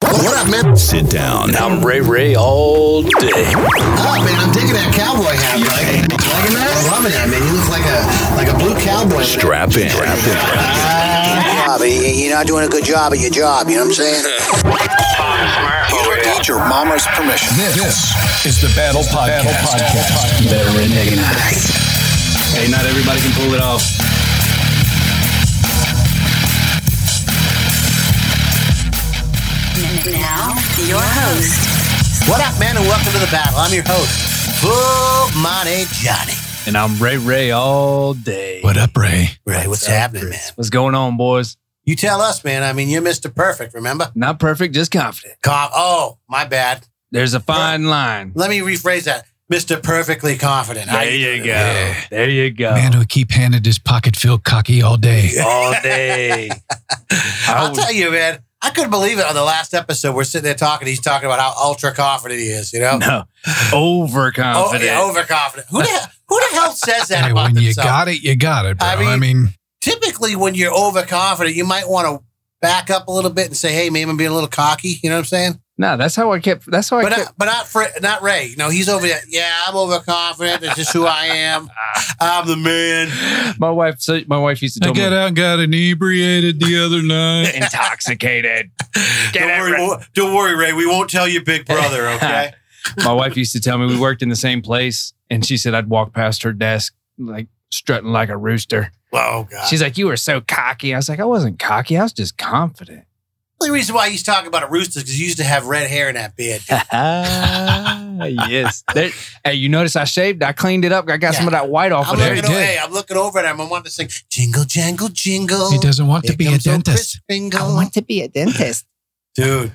What up, man? Sit down. I'm Ray Ray all day. Oh, man, I'm digging that cowboy hat, right? Liking that? I'm loving that, man. You look like a like a blue cowboy. Ah. Strap in. Strap job. You- You're not doing a good job at your job. You know what I'm saying? You need your mama's permission. This, is the Battle Podcast. Better Hey, not everybody can pull it off. Now, your host, What up, man? And welcome to the battle. I'm your host, Full Monty Johnny. And I'm Ray Ray all day. What up, Ray? Right, what's happening, man? What's going on, boys? You tell us, man. I mean, you're Mr. Perfect, remember? Not perfect, just confident. Com- oh, my bad. There's a fine line. Let me rephrase that. Mr. Perfectly Confident. How doing today? There you go. Man, do I keep handing this pocket filled cocky all day? All day. I I'll was- tell you, man. I couldn't believe it on the last episode. We're sitting there talking. He's talking about how ultra confident he is. You know, no, oh, overconfident. yeah, overconfident. Who the who the hell says that Hey, about when you themselves? got it, you got it, bro. I I mean- mean, Typically, when you're overconfident, you might want to back up a little bit and say, "Hey, maybe I'm being a little cocky." You know what I'm saying? no, that's how I kept. That's how I But kept. not, but not Fr not Ray. You know, he's over there. Yeah, I'm overconfident. That's just who I am. I'm the man. my wife. So my wife used to I tell got me out and got inebriated the other night. intoxicated. Get Don't worry, it, Ray. wo- don't worry, Ray. We won't tell your big brother. Okay. my wife used to tell me we worked in the same place, and she said I'd walk past her desk like strutting like a rooster. oh God. She's like, you were so cocky. I was like, I wasn't cocky. I was just confident. The only reason why he's talking about a rooster is because he used to have red hair in that beard. yes. There- hey, you notice I shaved? I cleaned it up. I got some of that white off I'm of there. looking, he over, did. hey, I'm looking over at him. I want to sing jingle, jangle, jingle. He doesn't want Here to be a comes old dentist. Kris Kringle. to be a dentist. dude.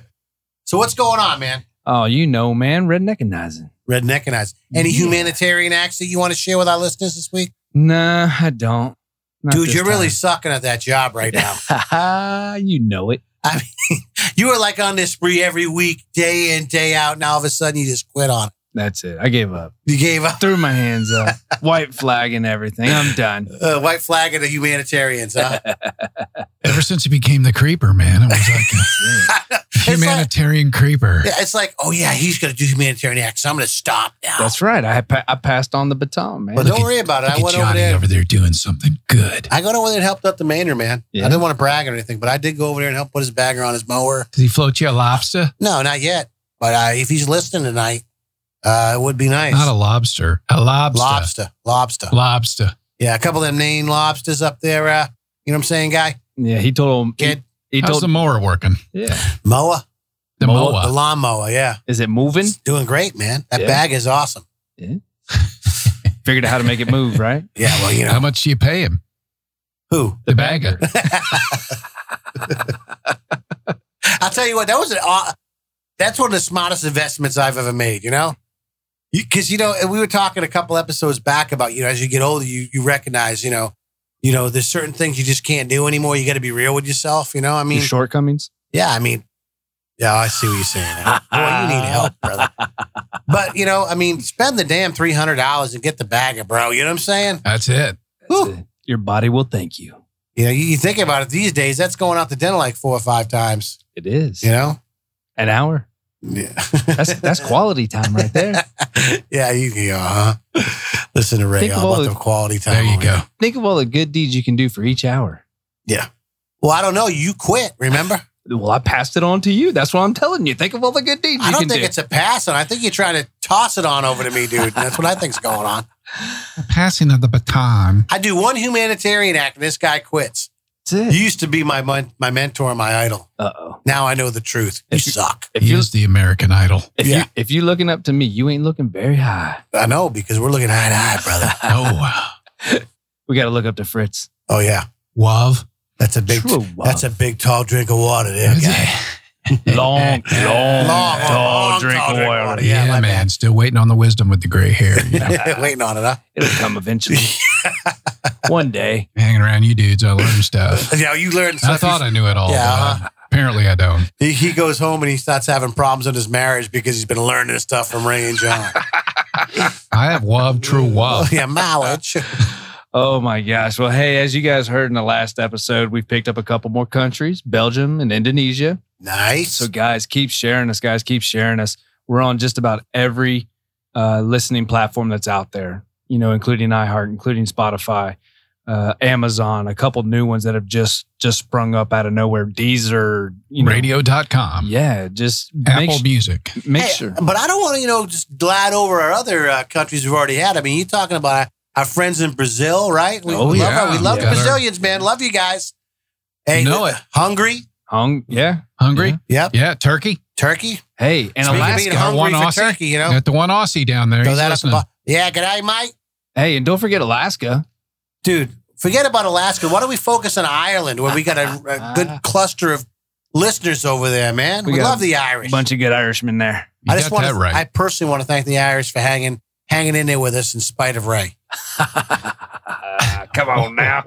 So what's going on, man? Oh, you know, man, redneckinizing. Redneck and us. Any Yeah. humanitarian acts that you want to share with our listeners this week? Nah, I don't. Not dude, this you're really time. sucking at that job right now. you know it. you were like on this spree every week, day in, day out. Now all of a sudden you just quit on it. That's it. I gave up. You gave up. Threw my hands up. White flag and everything. I'm done. Uh, white flag of the humanitarians, huh? Ever since he became the creeper, man, it was like a It's like- humanitarian creeper. Yeah, it's like, oh yeah, he's going to do humanitarian acts. I'm going to stop now. That's right. I pa- I passed on the baton, man. but Look don't at- worry about it. Look I at went over Johnny there. over there doing something good. I got over there and helped out the mainer, man. Yeah. I didn't want to brag or anything, but I did go over there and help put his bagger on his mower. Did he float you a lobster? No, not yet. But uh, if he's listening tonight, uh, it would be nice. Not a lobster. A lobster. lobster. Lobster. Lobster. Yeah, a couple of them named lobsters up there. Uh, you know what I'm saying, guy? yeah, he told him. He, Kid. he How's told the mower working? Yeah. Mower. The Mower. mower. The lawnmower, yeah. Is it moving? It's doing great, man. That Yeah. bag is awesome. Figured out how to make it move, right? Yeah, well, you How know. much do you pay him? Who? The bagger. I'll tell you what, that was an aw- that's one of the smartest investments I've ever made, you know? Because, you know, and we were talking a couple episodes back about, you know, as you get older, you, you recognize, you know, you know, there's certain things you just can't do anymore. You got to be real with yourself, you know? I mean, Your shortcomings. Yeah, I mean, yeah, I see what you're saying. Boy, you need help, brother. But you know, I mean, spend the damn three hundred dollars and get the bagger, bro. You know what I'm saying? That's it. Whew. That's it. Your body will thank you. You know, you, you think about it these days. That's going out to dinner like four or five times. It is You know? an hour. Yeah. That's that's quality time right there. yeah, you can go, huh? Listen to Ray Think of all all about the- the quality time. There you over go. Think of all the good deeds you can do for each hour. Well, I don't know. You quit. Remember? Well, I passed it on to you. That's what I'm telling you. Think of all the good deeds I you don't can think do. it's a pass, and I think you're trying to toss it on over to me, dude. That's what I think's going on. Passing of the baton. I do one humanitarian act, and this guy quits. That's You used to be my mon- my mentor, and my idol. Uh oh. Now I know the truth. You If you- suck. If he you is the American Idol. if Yeah. you if you're looking up to me, you ain't looking very high. I know because we're looking eye to eye, brother. Oh, We got to look up to Fritz. Oh yeah, Wav. that's a big. True. That's a big tall drink of water there, guy. long, long, Long, tall long, drink tall of drink water. water. Yeah, Yeah, my man. bad. Still waiting on the wisdom with the gray hair. you know? Waiting on it, huh? It'll come eventually. One day. Hanging around you dudes, I learned stuff. Yeah, you learned. I stuff. thought I knew it all. Yeah, uh-huh. but, uh, apparently, I don't. he, he goes home and he starts having problems in his marriage because he's been learning stuff from Ray and John. I have Wav, true oh Wav. yeah, mileage. Oh my gosh. Well, hey, as you guys heard in the last episode, we've picked up a couple more countries, Belgium and Indonesia. Nice. So guys, keep sharing us, guys, keep sharing us. We're on just about every uh, listening platform that's out there, you know, including iHeart, including Spotify, uh, Amazon, a couple new ones that have just just sprung up out of nowhere, Deezer, you know. Radio.com, Yeah, just make, Apple sh- Music. make Hey, sure. But I don't want to, you know, just glad over our other uh, countries we've already had. I mean, you're talking about our friends in Brazil, right? We Oh, love yeah. our- we love Yeah. the Brazilians, man. Love you guys. Hey, Know it. Hungary, Hung, yeah. Hungry? Yep. Yeah, Turkey. Turkey. Hey, and Speaking of Alaska. being our hungry one for Aussie. Turkey, you know. Got the one Aussie down there. Throw He's that up the listening. bu- yeah, good day, Mike. Hey, and don't forget Alaska. Dude, forget about Alaska. Why don't we focus on Ireland where we got a, a good cluster of listeners over there, man? We We, got love the Irish. Bunch of good Irishmen there. You I just got want that to, right. I personally want to thank the Irish for hanging hanging in there with us in spite of Ray. Come on now.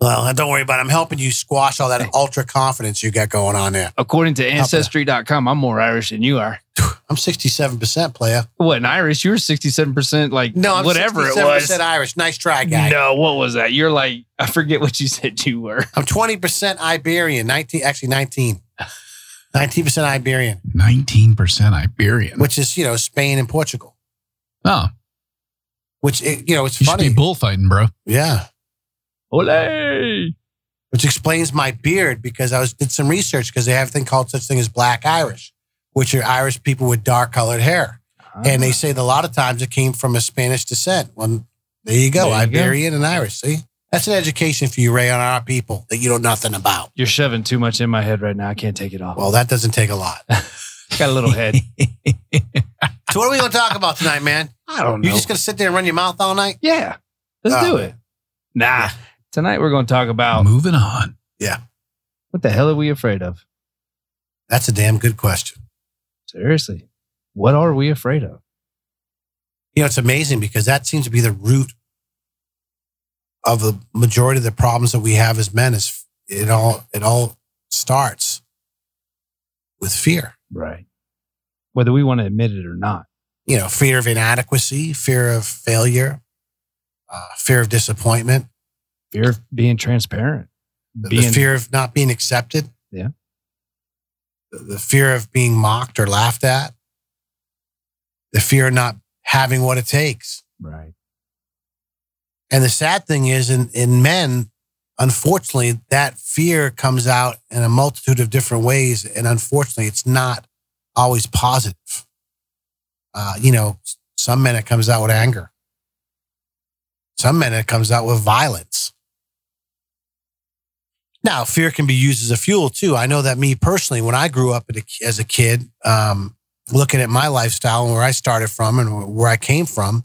Well, don't worry about it. I'm helping you squash all that ultra confidence you got going on there. According to Ancestry.com, I'm more Irish than you are. I'm 67% player. What, an Irish? You were 67% like No, I'm whatever it 67% was. Irish. Nice try, guy. No, what was that? You're like, I forget what you said you were. I'm 20% Iberian. 19, actually 19. 19% Iberian, 19% Iberian. which is, you know, Spain and Portugal, oh, which, it, you know, it's you should funny. be bullfighting, bro. yeah. Olay. Which explains my beard because I was did some research because they have a thing called such thing as black Irish, which are Irish people with dark colored hair. And they say that a lot of times it came from a Spanish descent. Well, there you go, There you go. Iberian and Irish. See, that's an education for you, Ray, on our people that you know nothing about. You're shoving too much in my head right now. I can't take it off. Well, that doesn't take a lot. Got a little head. So, what are we going to talk about tonight, man? I don't You just going to sit there and run your mouth all night? yeah. Let's do Oh. it. Nah. Tonight we're going to talk about Moving on. what the hell are we afraid of? That's a damn good question. Seriously. What are we afraid of? You know, it's amazing because that seems to be the root of the majority of the problems that we have as men. Is it all? It all starts with fear. Right. Whether we want to admit it or not. you know, fear of inadequacy, fear of failure, uh, fear of disappointment, Fear of being transparent. the- the Being- fear of not being accepted. Yeah. The, the fear of being mocked or laughed at, the fear of not having what it takes. Right. And the sad thing is, in, in men, unfortunately, that fear comes out in a multitude of different ways. And unfortunately, it's not always positive. Uh, you know, s- some men, it comes out with anger, some men, it comes out with violence. Now, fear can be used as a fuel too. I know that me personally, when I grew up at a- as a kid, um, looking at my lifestyle and where I started from and where I came from,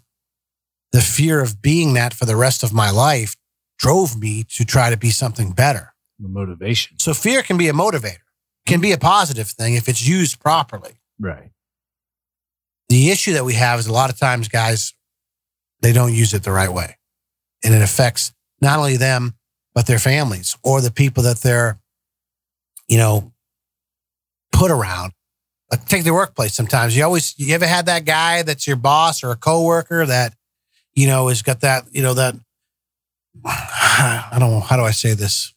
the fear of being that for the rest of my life drove me to try to be something better. The motivation. So fear can be a motivator, can be a positive thing if it's used properly. Right. The issue that we have is a lot of times guys they don't use it the right way. And it affects not only them but their families or the people that they're you know put around. Like take the workplace sometimes. You always you ever had that guy that's your boss or a coworker that you know has got that, you know that I don't know how do I say this?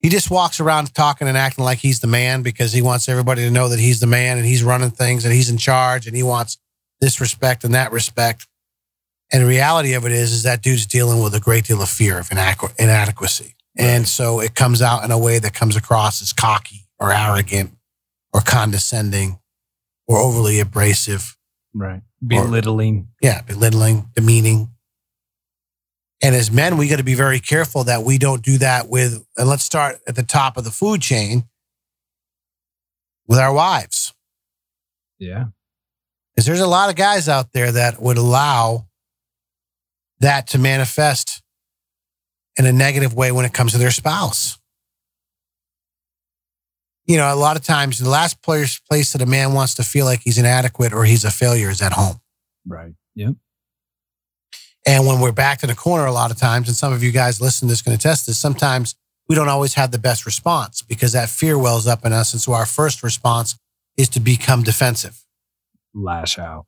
He just walks around talking and acting like he's the man because he wants everybody to know that he's the man and he's running things and he's in charge and he wants this respect and that respect. And the reality of it is, is that dude's dealing with a great deal of fear of inadequ- inadequacy. And so it comes out in a way that comes across as cocky or arrogant or condescending or overly abrasive. Right. Belittling. Yeah, belittling, demeaning. And as men, we got to be very careful that we don't do that with, and let's start at the top of the food chain with our wives. Yeah. is there's a lot of guys out there that would allow that to manifest in a negative way when it comes to their spouse. You know, a lot of times the last place, place that a man wants to feel like he's inadequate or he's a failure is at home. Right. Yep. And when we're backed in a corner, a lot of times, and some of you guys listening to this can attest to this, sometimes we don't always have the best response because that fear wells up in us. And so our first response is to become defensive Lash out.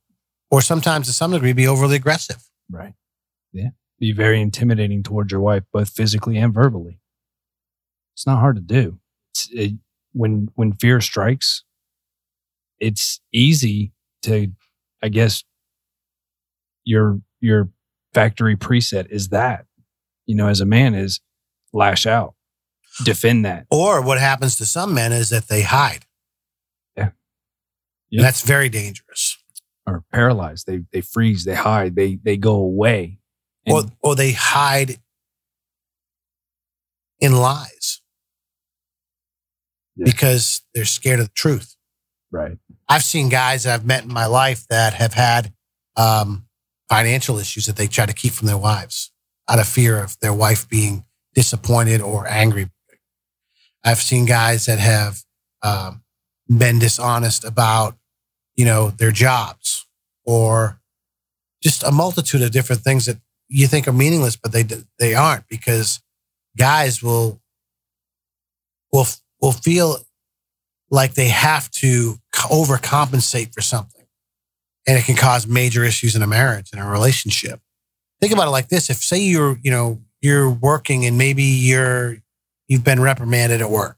or sometimes to some degree be overly aggressive. Right. be very intimidating towards your wife, both physically and verbally. It's not hard to do. It's, it, when when fear strikes, it's easy to, I guess, your your factory preset is that, you know, as a man is lash out, defend that. Or what happens to some men is that they hide. Yeah. Yeah. That's very dangerous. or paralyzed. They they freeze, they hide, they they go away. And Or, or they hide in lies Yeah. because they're scared of the truth. right. I've seen guys that I've met in my life that have had um, financial issues that they try to keep from their wives out of fear of their wife being disappointed or angry. I've seen guys that have um, been dishonest about, you know, their jobs or just a multitude of different things that you think are meaningless, but they they aren't because guys will will will feel like they have to c- overcompensate for something. And it can cause major issues in a marriage and a relationship. Think about it like this. If say you're, you know, you're working and maybe you're you've been reprimanded at work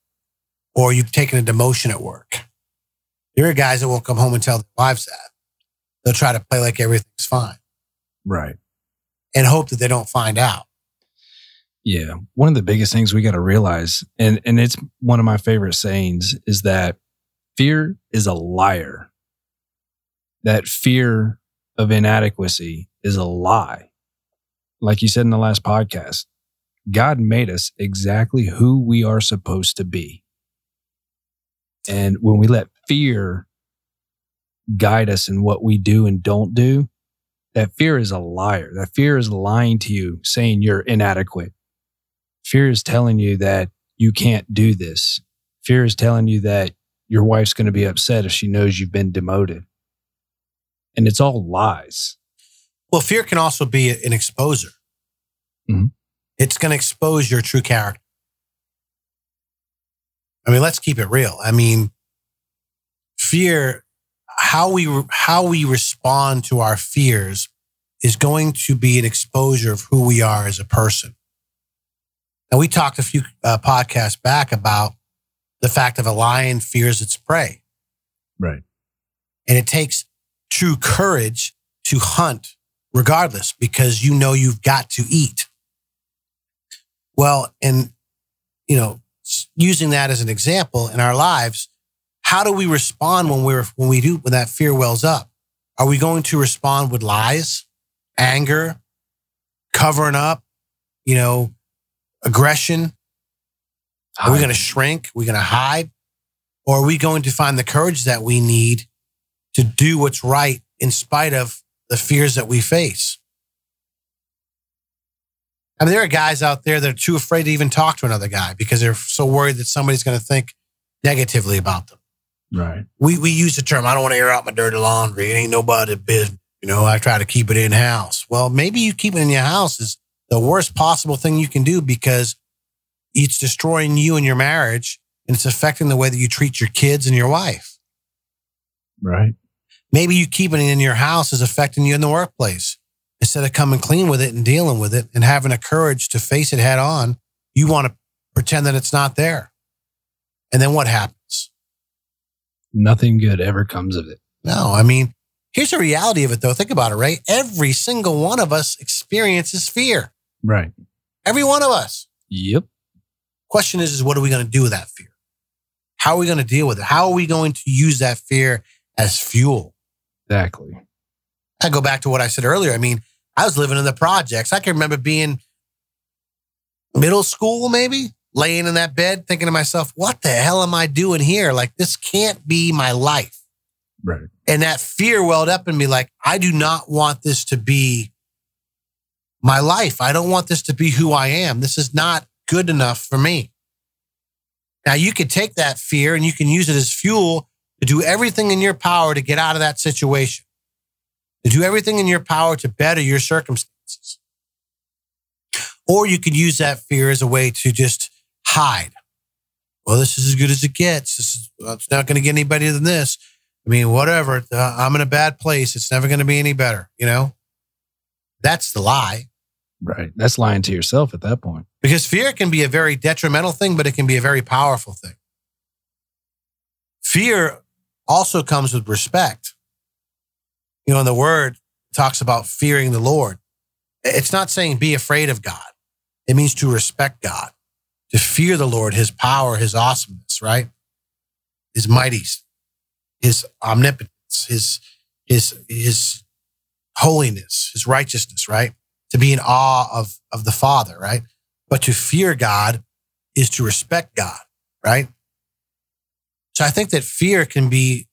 or you've taken a demotion at work. There are guys that will come home and tell their wives that. They'll try to play like everything's fine Right. and hope that they don't find out. Yeah. One of the biggest things we got to realize, and, and it's one of my favorite sayings, is that fear is a liar. That fear of inadequacy is a lie. Like you said in the last podcast, God made us exactly who we are supposed to be. And when we let fear guide us in what we do and don't do, that fear is a liar. That fear is lying to you, saying you're inadequate. Fear is telling you that you can't do this. Fear is telling you that your wife's going to be upset if she knows you've been demoted. And it's all lies. Well, fear can also be an exposer. Mhm. It's going to expose your true character. I mean, let's keep it real. I mean, fear, how we how we respond to our fears is going to be an exposure of who we are as a person. And we talked a few uh, podcasts back about the fact of a lion fears its prey. Right. And it takes true courage to hunt regardless because you know you've got to eat. Well, and you know, s- using that as an example in our lives, how do we respond when we're when we do when that fear wells up? Are we going to respond with lies, anger, covering up, you know, aggression? Are we going to shrink? Are we going to hide? Or are we going to find the courage that we need to do what's right in spite of the fears that we face? I mean, there are guys out there that are too afraid to even talk to another guy because they're so worried that somebody's going to think negatively about them. Right. We, we use the term, I don't want to air out my dirty laundry. It ain't nobody's business. You know, I try to keep it in house. Well, maybe you keep it in your house is the worst possible thing you can do because it's destroying you and your marriage and it's affecting the way that you treat your kids and your wife. Right. Maybe you keeping it in your house is affecting you in the workplace. Instead of coming clean with it and dealing with it and having the courage to face it head on, you want to pretend that it's not there. And then what happens? Nothing good ever comes of it. No, I mean, here's the reality of it though. Think about it, right? Every single one of us experiences fear. Right. Every one of us. Yep. Question is, is what are we going to do with that fear? How are we going to deal with it? How are we going to use that fear as fuel? Exactly. I go back to what I said earlier. I mean, I was living in the projects. I can remember being middle school, maybe laying in that bed, thinking to myself, what the hell am I doing here? Like, this can't be my life. Right. And that fear welled up in me like, I do not want this to be my life. I don't want this to be who I am. This is not good enough for me. Now, you could take that fear and you can use it as fuel to do everything in your power to get out of that situation to do everything in your power to better your circumstances. Or you could use that fear as a way to just hide. Well, this is as good as it gets. This is, well, it's not going to get any better than this. I mean, whatever. Uh, I'm in a bad place. It's never going to be any better. You know, that's the lie. Right. That's lying to yourself at that point. Because fear can be a very detrimental thing, but it can be a very powerful thing. Fear also comes with respect. You know, and the word talks about fearing the Lord. It's not saying be afraid of God. It means to respect God, to fear the Lord, his power, his awesomeness, right? His mighties, his omnipotence, his his his holiness, his righteousness, right? To be in awe of of the Father, right? But to fear God is to respect God, right? So I think that fear can be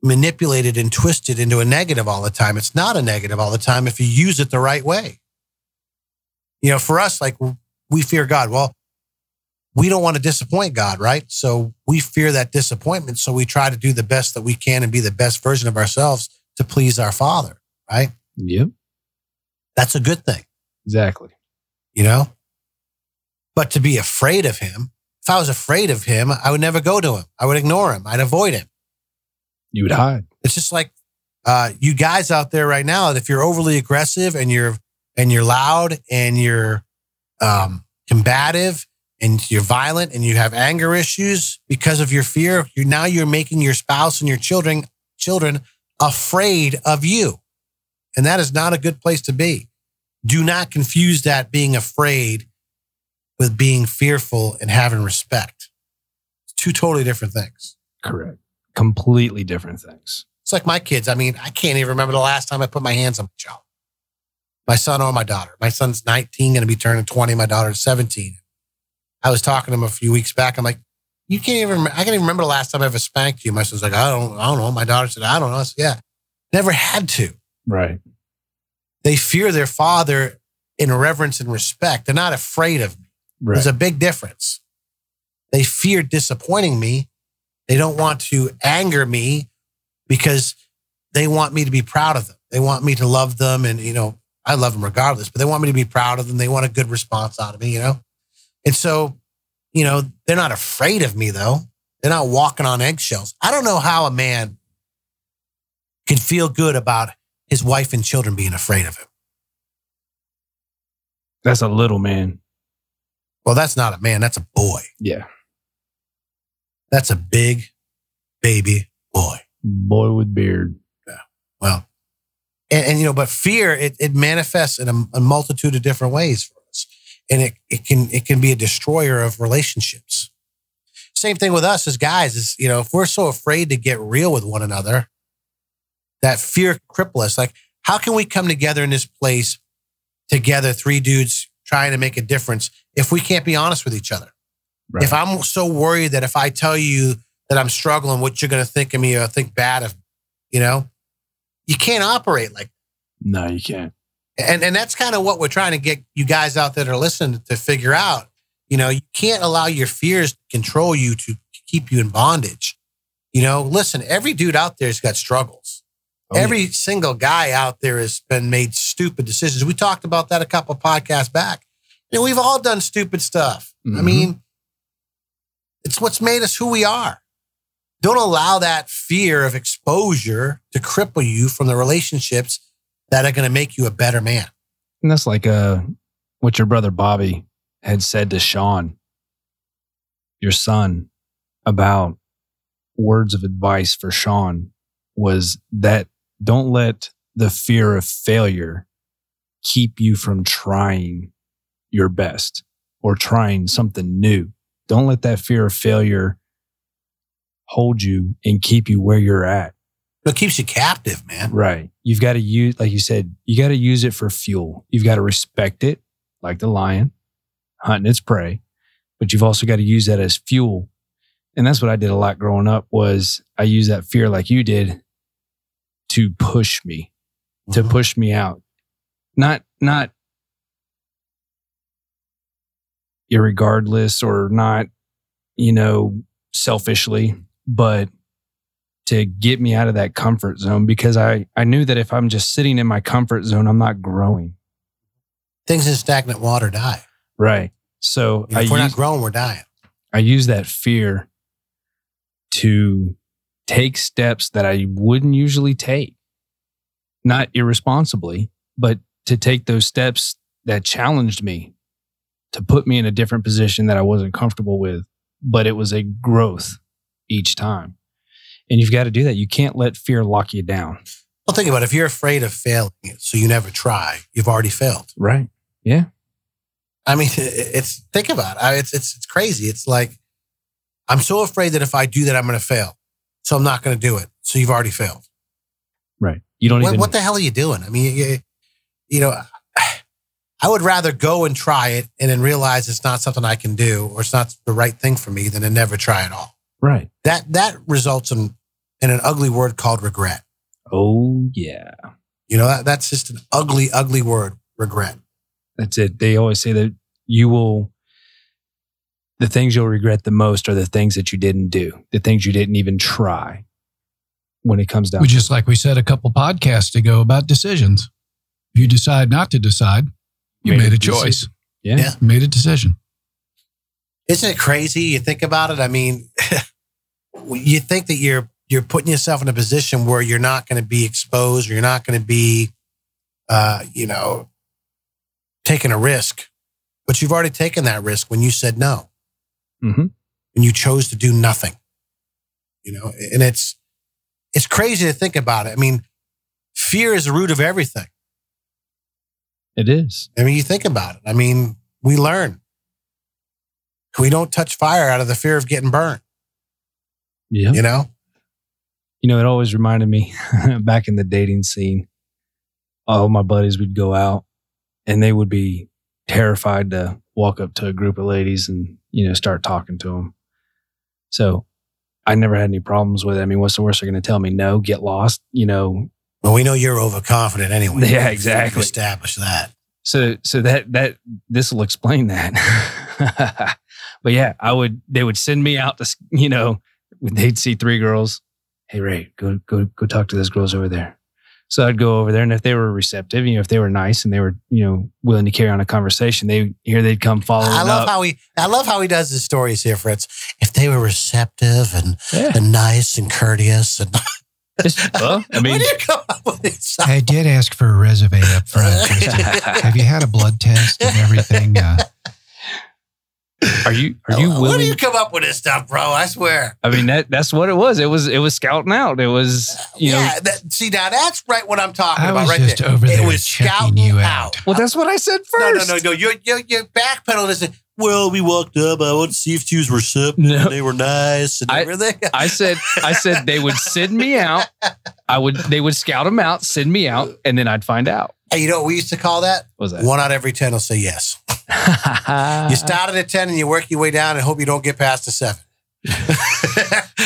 manipulated and twisted into a negative all the time. It's not a negative all the time if you use it the right way. You know, for us, like we fear God. Well, we don't want to disappoint God, right? So we fear that disappointment. So we try to do the best that we can and be the best version of ourselves to please our Father, right? Yep. That's a good thing, Exactly. you know? But to be afraid of Him, if I was afraid of Him, I would never go to Him. I would ignore Him. I'd avoid Him. You would hide. It's just like uh, you guys out there right now. If you're overly aggressive and you're and you're loud and you're um, combative and you're violent and you have anger issues because of your fear, you now you're making your spouse and your children children afraid of you, and that is not a good place to be. Do not confuse that being afraid with being fearful and having respect. It's two totally different things. Correct. Completely different things. It's like my kids. I mean, I can't even remember the last time I put my hands on my child. My son or my daughter. My son's 19, going to be turning 20. My daughter's 17. I was talking to him a few weeks back. I'm like, you can't even, rem- I can't even remember the last time I ever spanked you. My son's like, I don't, I don't know. My daughter said, I don't know. I said, yeah, never had to. Right. They fear their father in reverence and respect. They're not afraid of me. Right. There's a big difference. They fear disappointing me. They don't want to anger me because they want me to be proud of them. They want me to love them. And, you know, I love them regardless, but they want me to be proud of them. They want a good response out of me, you know? And so, you know, they're not afraid of me though. They're not walking on eggshells. I don't know how a man can feel good about his wife and children being afraid of him. That's a little man. Well, that's not a man. That's a boy. Yeah. That's a big baby boy. Boy with beard. Well, and, and you know, but fear it, it manifests in a, a multitude of different ways for us, and it, it can it can be a destroyer of relationships. Same thing with us as guys is you know if we're so afraid to get real with one another, that fear cripple us. Like, how can we come together in this place together, three dudes trying to make a difference, if we can't be honest with each other? Right. If I'm so worried that if I tell you that I'm struggling, what you're going to think of me or think bad of, me, you know, you can't operate like no, you can't. and and that's kind of what we're trying to get you guys out there that are listening to figure out. You know, you can't allow your fears to control you to keep you in bondage. You know, listen, every dude out there's got struggles. Oh, every single guy out there has been made stupid decisions. We talked about that a couple podcasts back. You know, we've all done stupid stuff. I Mhm. mean, it's what's made us who we are. Don't allow that fear of exposure to cripple you from the relationships that are going to make you a better man. And that's like uh, what your brother Bobby had said to Sean, your son, about words of advice for Sean was that don't let the fear of failure keep you from trying your best or trying something new. Don't let that fear of failure hold you and keep you where you're at. It keeps you captive, man. Right. You've got to use, like you said, you got to use it for fuel. You've got to respect it, like the lion hunting its prey, but you've also got to use that as fuel. And that's what I did a lot growing up was I used that fear like you did to push me, to Mhm. push me out. Not, not irregardless or not, you know, selfishly, but to get me out of that comfort zone because I, I knew that if I'm just sitting in my comfort zone, I'm not growing. Things in stagnant water die. Right. So You know, I, if we're not use, growing, we're dying. I use that fear to take steps that I wouldn't usually take, not irresponsibly, but to take those steps that challenged me to put me in a different position that I wasn't comfortable with, but it was a growth each time. And you've got to do that. You can't let fear lock you down. Well, think about it. if you're afraid of failing, so you never try. You've already failed. Right. Yeah. I mean, it- it's think about it. I- It's it's it's crazy. It's like I'm so afraid that if I do that, I'm going to fail, so I'm not going to do it. So you've already failed. Right. You don't What, even what the hell are you doing? I mean, you, you know, I would rather go and try it and then realize it's not something I can do or it's not the right thing for me than to never try at all. Right. That that results in in an ugly word called regret. Oh yeah. You know, that, that's just an ugly, ugly word, regret. That's it. They always say that you will the things you'll regret the most are the things that you didn't do, the things you didn't even try when it comes down We to just like we said a couple podcasts ago about decisions. If you decide not to decide, you made, a, choice. decision. Yeah. Yeah. Made a decision. Isn't it crazy? You think about it. I mean, you think that you're you're putting yourself in a position where you're not going to be exposed, or you're not going to be, uh, you know, taking a risk. But you've already taken that risk when you said no, Mhm. and you chose to do nothing. You know, and it's it's crazy to think about it. I mean, fear is the root of everything. It is. I mean, you think about it. I mean, we learn. We don't touch fire out of the fear of getting burned, Yeah. you know? You know, it always reminded me back in the dating scene, all my buddies would go out and they would be terrified to walk up to a group of ladies and, you know, start talking to them. So I never had any problems with it. I mean, what's the worst they're going to tell me? No, get lost, you know. Well, we know you're overconfident anyway. Yeah, exactly. We've established that. So, so that, that, this will explain that. but yeah, I would, they would send me out to, s- you know, they'd see three girls. Hey, Ray, go, go, go talk to those girls over there. So I'd go over there, and if they were receptive, you know, if they were nice and they were, you know, willing to carry on a conversation, they here they'd come following I love up. how he I love how he does his stories here, Fritz. If they were receptive and, Yeah. and nice and courteous and It's- well, I mean, where do you come up with these? I did ask for a resume up Have you had a blood test and everything? Uh, are you are you Where willing? do you come up with this stuff, bro? I swear. I mean, that that's what it was. It was it was scouting out. It was you know. Uh, yeah, that, see now that's right what I'm talking I about was right just there. over there it was checking scouting you out. out. Well, that's what I said No, first. no, no, no. You're, you're, you're backpedaling. and saying, Well, we walked up. I wanted to see if she was receptive. No. and They were nice and I- everything. I said I said they would send me out. I would they would scout them out, send me out, and then I'd find out. Hey, you know what we used to call that? What Uh-uh. was that? One out of every 10 will say yes. You started at 10 and you work your way down and hope you don't get past the seven. you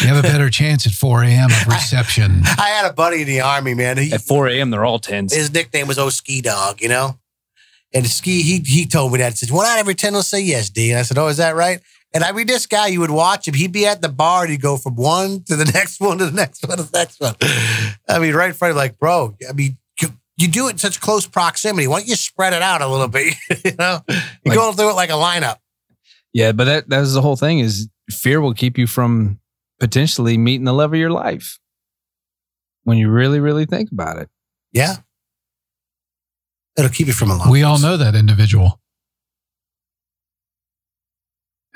have a better chance at 4 a.m. of reception. I had a buddy in the army, man. He, At 4 a.m. they're all tens. his nickname was Old Ski Dog, you know? And Ski, he he told me that. He said, one out of every 10 will say yes, D. And I said, oh, is that right? And I mean, this guy, you would watch him. He'd be at the bar and he'd go from one to the next one to the next one to the next one. I mean, right in front of like, bro, I mean, you, you do it in such close proximity. Why don't you spread it out a little bit? you know? You're Like- going through it like a lineup. Yeah, but that that was the whole thing is fear will keep you from potentially meeting the love of your life. When you really, really think about it. Yeah. It'll keep you from a lot. We all know that individual.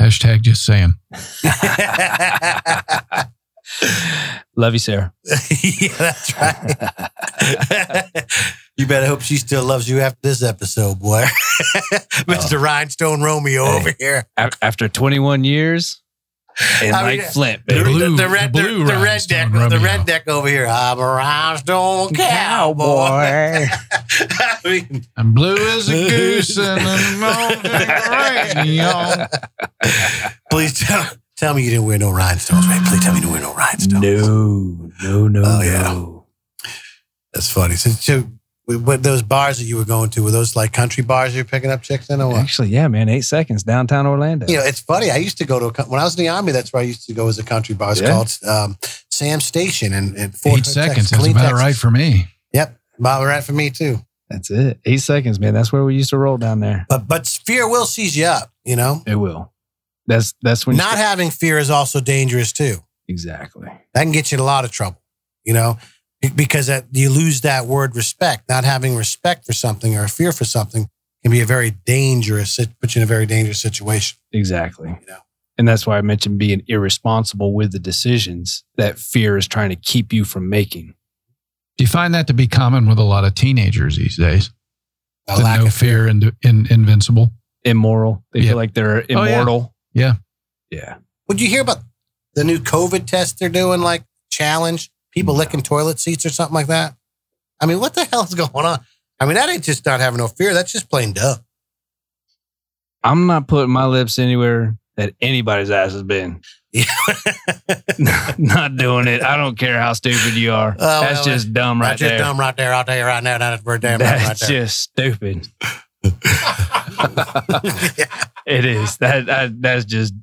Hashtag just saying. yeah, Love you, Sarah. that's right. you better hope she still loves you after this episode, boy. Mr. Rhinestone Romeo Hey. over here. A- After 21 years and I mean, like Flint, The, baby. blue- the red, the the, blue the red deck, Rhinestone the Romeo. red deck over here. I'm a rhinestone cowboy. I mean, I'm blue as a goose and I'm right, y'all. please tell, tell me you didn't wear no rhinestones, man. Please tell me you didn't wear no rhinestones. No, no, no, Oh, yeah. no. That's funny. So, so we- what those bars that you were going to were those like country bars you're picking up chicks in or what? Actually, yeah, man. Eight seconds downtown Orlando. You know, it's funny. I used to go to a, co- when I was in the army. That's where I used to go as a country bar. It's Yeah. called um, Sam Station and in Fort Eight Hood, seconds. Texas, That's Killeen, about Texas. right for me. Yep, about right for me too. That's it. Eight seconds, man. That's where we used to roll down there. But but fear will seize you up. You know, It will. That's that's when you not having fear is also dangerous too. exactly. That can get you in a lot of trouble. You know, be- because that you lose that word respect. Not having respect for something or a fear for something can be a very dangerous, it puts you in a very dangerous situation. Exactly. You know. And that's why I mentioned being irresponsible with the decisions that fear is trying to keep you from making. Do you find that to be common with a lot of teenagers these days? A The lack no of fear and in, invincible. Immoral. They Yeah. feel like they're Oh, yeah. immortal. Yeah. Yeah. Would you hear about the new COVID test they're doing, like challenge people licking toilet seats or something like that? I mean, what the hell is going on? I mean, that ain't just not having no fear. That's just plain dumb. I'm not putting my lips anywhere that anybody's ass has been. Yeah. not doing it. I don't care how stupid you are. well, that's just dumb right that's just there. dumb right there. I'll tell you right now. That's for damn right, right That's there. just stupid. It is. That, that that's just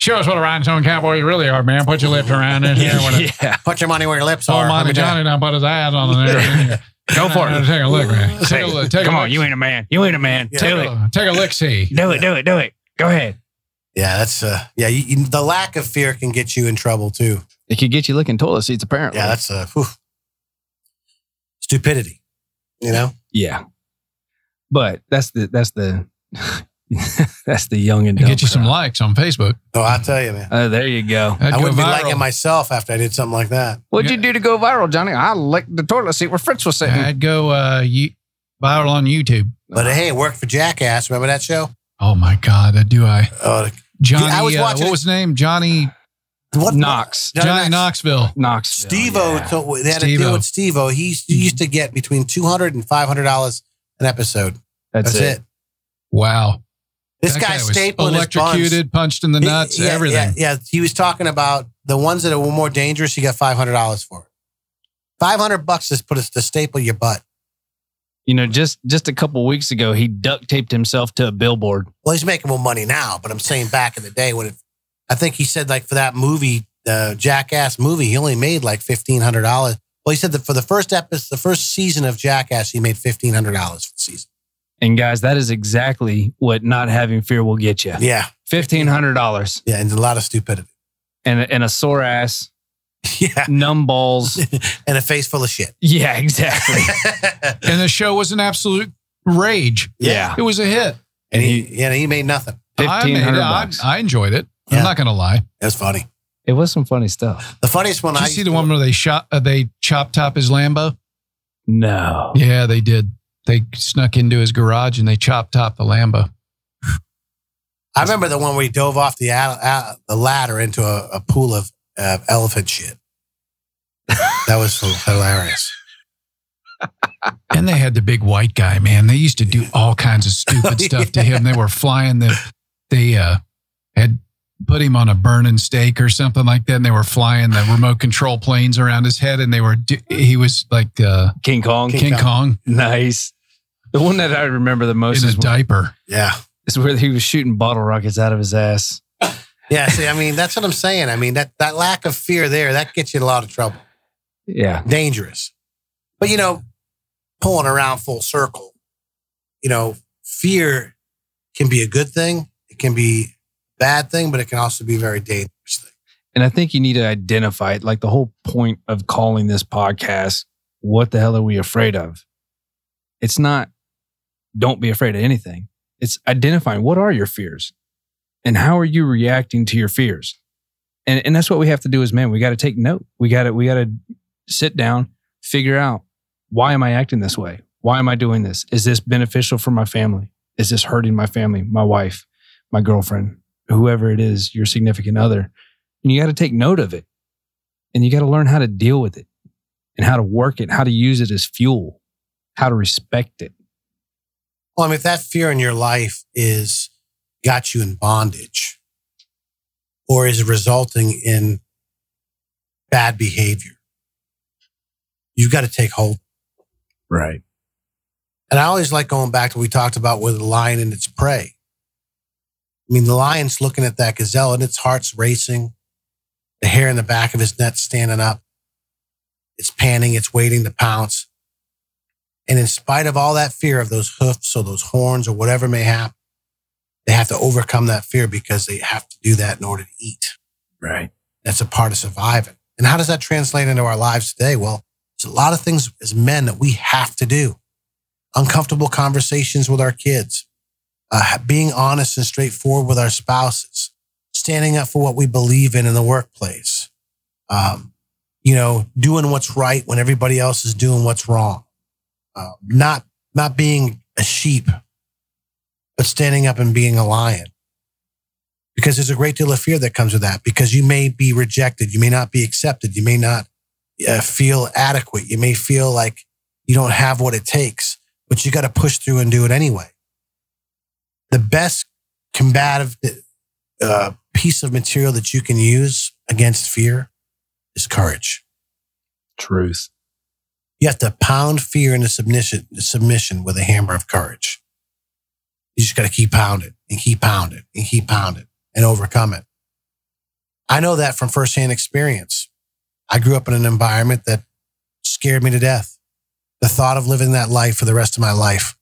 Show us what a rhinestone cowboy you really are, man. Put your lips around this here. When it's yeah. Put your money where your lips all are. Let Monty me tell you. Oh, Johnny down, put his eyes on the there. Go for it. Take a look, man. Take a look. Take a Come look. on, you ain't a man. You ain't a man. Yeah. Do Take it. a, take a lick, see. Do it. Do it. Do it. Go ahead. Yeah, that's uh, yeah. You, you- the lack of fear can get you in trouble too. It could get you licking toilet seats, apparently. Yeah, that's uh, whew. stupidity. You know, yeah. But that's the that's the that's the young and And dumb get you some crowd. likes on Facebook. oh, I'll tell you, man. Oh, there you go. That'd I go wouldn't be viral. liking myself after I did something like that. What'd you do to go viral, Johnny? I licked the toilet seat where Fritz was sitting. I'd go uh, you, viral on YouTube. But hey, it worked for Jackass. Remember that show? Oh my God, that do I. Oh, Johnny, I was uh, watching what it- was his name? Johnny, what Knox. Johnny Johnny Knoxville. Knox. Oh, Steve O. They had a Steve-O. Mm-hmm. deal with Steve O. He used- he used to get between two hundred and five hundred dollars an episode. That's, That's, it. it. Wow. This That guy, was stapling his buns. electrocuted, punched in the He- nuts, yeah, everything. Yeah, yeah, he was talking about the ones that were more dangerous. He got five hundred dollars for it. Five hundred bucks is put us to staple your butt. You know, just just a couple weeks ago, he duct taped himself to a billboard. Well, he's making more money now, but I'm saying back in the day when it, I think he said like for that movie, the Jackass movie, he only made like fifteen hundred dollars. Well, he said that for the first episode, the first season of Jackass, he made fifteen hundred dollars for the season. And guys, that is exactly what not having fear will get you. Yeah, Fifteen hundred dollars yeah, and a lot of stupidity. and a- and a sore ass, Yeah, numballs. and a face full of shit. yeah, exactly. And the show was an absolute rage. Yeah. It was a hit. and he, yeah, he made nothing. I, made it. Fifteen hundred I, bucks. I enjoyed it. Yeah. I'm not going to lie. It was funny. It was some funny stuff. The funniest one Did I you used see the to- one where they shot, uh, they chopped top his Lambo? No. Yeah, they did. They snuck into his garage and they chopped top the Lambo. I remember the one where he dove off the al- al- the ladder into a, a pool of uh, elephant shit. That was hilarious. And they had the big white guy, man. They used to do all kinds of stupid Oh, stuff to him. They were flying the, they uh, had put him on a burning stake or something like that. And they were flying the remote control planes around his head. And they were, do- he was like uh, King Kong. King, Kong, Nice. The one that I remember the most in a is, diaper. Yeah. is where he was shooting bottle rockets out of his ass. Yeah. See, I mean, that's what I'm saying. I mean, that, that lack of fear there, that gets you in a lot of trouble. Yeah. Dangerous. But, you know, pulling around full circle, you know, fear can be a good thing. It can be a bad thing, but it can also be a very dangerous thing. And I think you need to identify it. Like the whole point of calling this podcast, what the hell are we afraid of? It's not don't be afraid of anything. It's identifying what are your fears and how are you reacting to your fears? And and that's what we have to do as men. We got to take note. We got to we got to sit down, figure out why am I acting this way? Why am I doing this? Is this beneficial for my family? Is this hurting my family, my wife, my girlfriend, whoever it is, your significant other? and you got to take note of it and you got to learn how to deal with it and how to work it how to use it as fuel how to respect it Well, I mean, if that fear in your life is got you in bondage or is resulting in bad behavior, you've got to take hold. right And I always like going back to what we talked about with the lion and its prey. I mean, the lion's looking at that gazelle and its heart's racing, the hair in the back of his neck standing up. It's panting, it's waiting to pounce. And in spite of all that fear of those hoofs or those horns or whatever may happen, they have to overcome that fear because they have to do that in order to eat. right That's a part of surviving. And how does that translate into our lives today? Well, there's a lot of things as men that we have to do. uncomfortable conversations with our kids, uh, being honest and straightforward with our spouses, standing up for what we believe in in the workplace, um, you know, doing what's right when everybody else is doing what's wrong, uh, not not being a sheep, but standing up and being a lion. Because there's a great deal of fear that comes with that. Because you may be rejected, you may not be accepted, you may not uh, feel adequate, you may feel like you don't have what it takes, but you got to push through and do it anyway. The best combative uh, piece of material that you can use against fear is courage. Truth. You have to pound fear into submission, submission with a hammer of courage. You just got to keep pounding and keep pounding and keep pounding and overcome it. I know that from firsthand experience. I grew up in an environment that scared me to death the thought of living that life for the rest of my life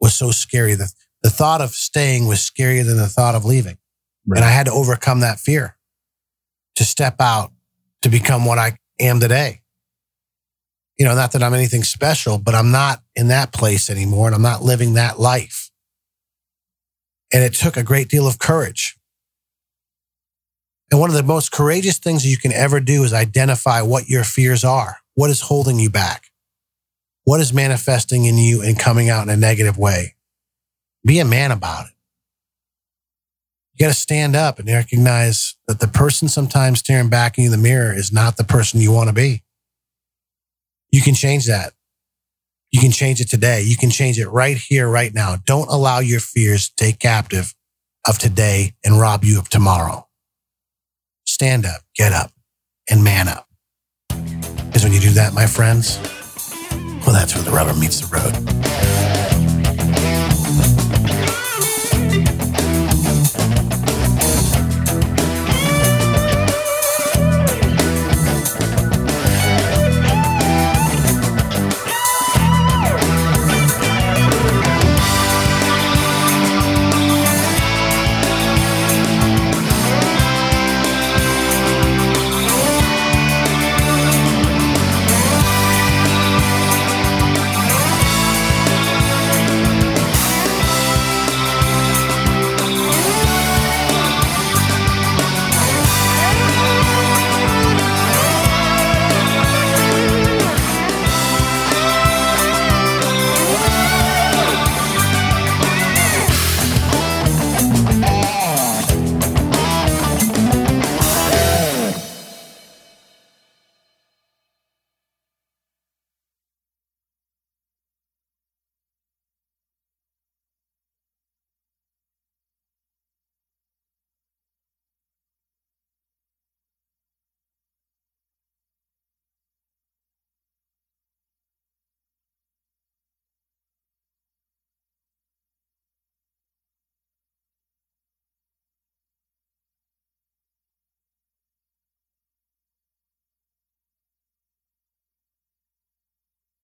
was so scary. The, the thought of staying was scarier than the thought of leaving. Right. And I had to overcome that fear to step out to become what I am today. You know, not that I'm anything special, but I'm not in that place anymore and I'm not living that life. And it took a great deal of courage. And one of the most courageous things you can ever do is identify what your fears are. What is holding you back? what is manifesting in you and coming out in a negative way. Be a man about it. You got to stand up and recognize that the person sometimes staring back in the mirror is not the person you want to be. You can change that. You can change it today. You can change it right here, right now. Don't allow your fears to take captive of today and rob you of tomorrow. Stand up, get up, and man up. Because when you do that, my friends, well, that's where the rubber meets the road.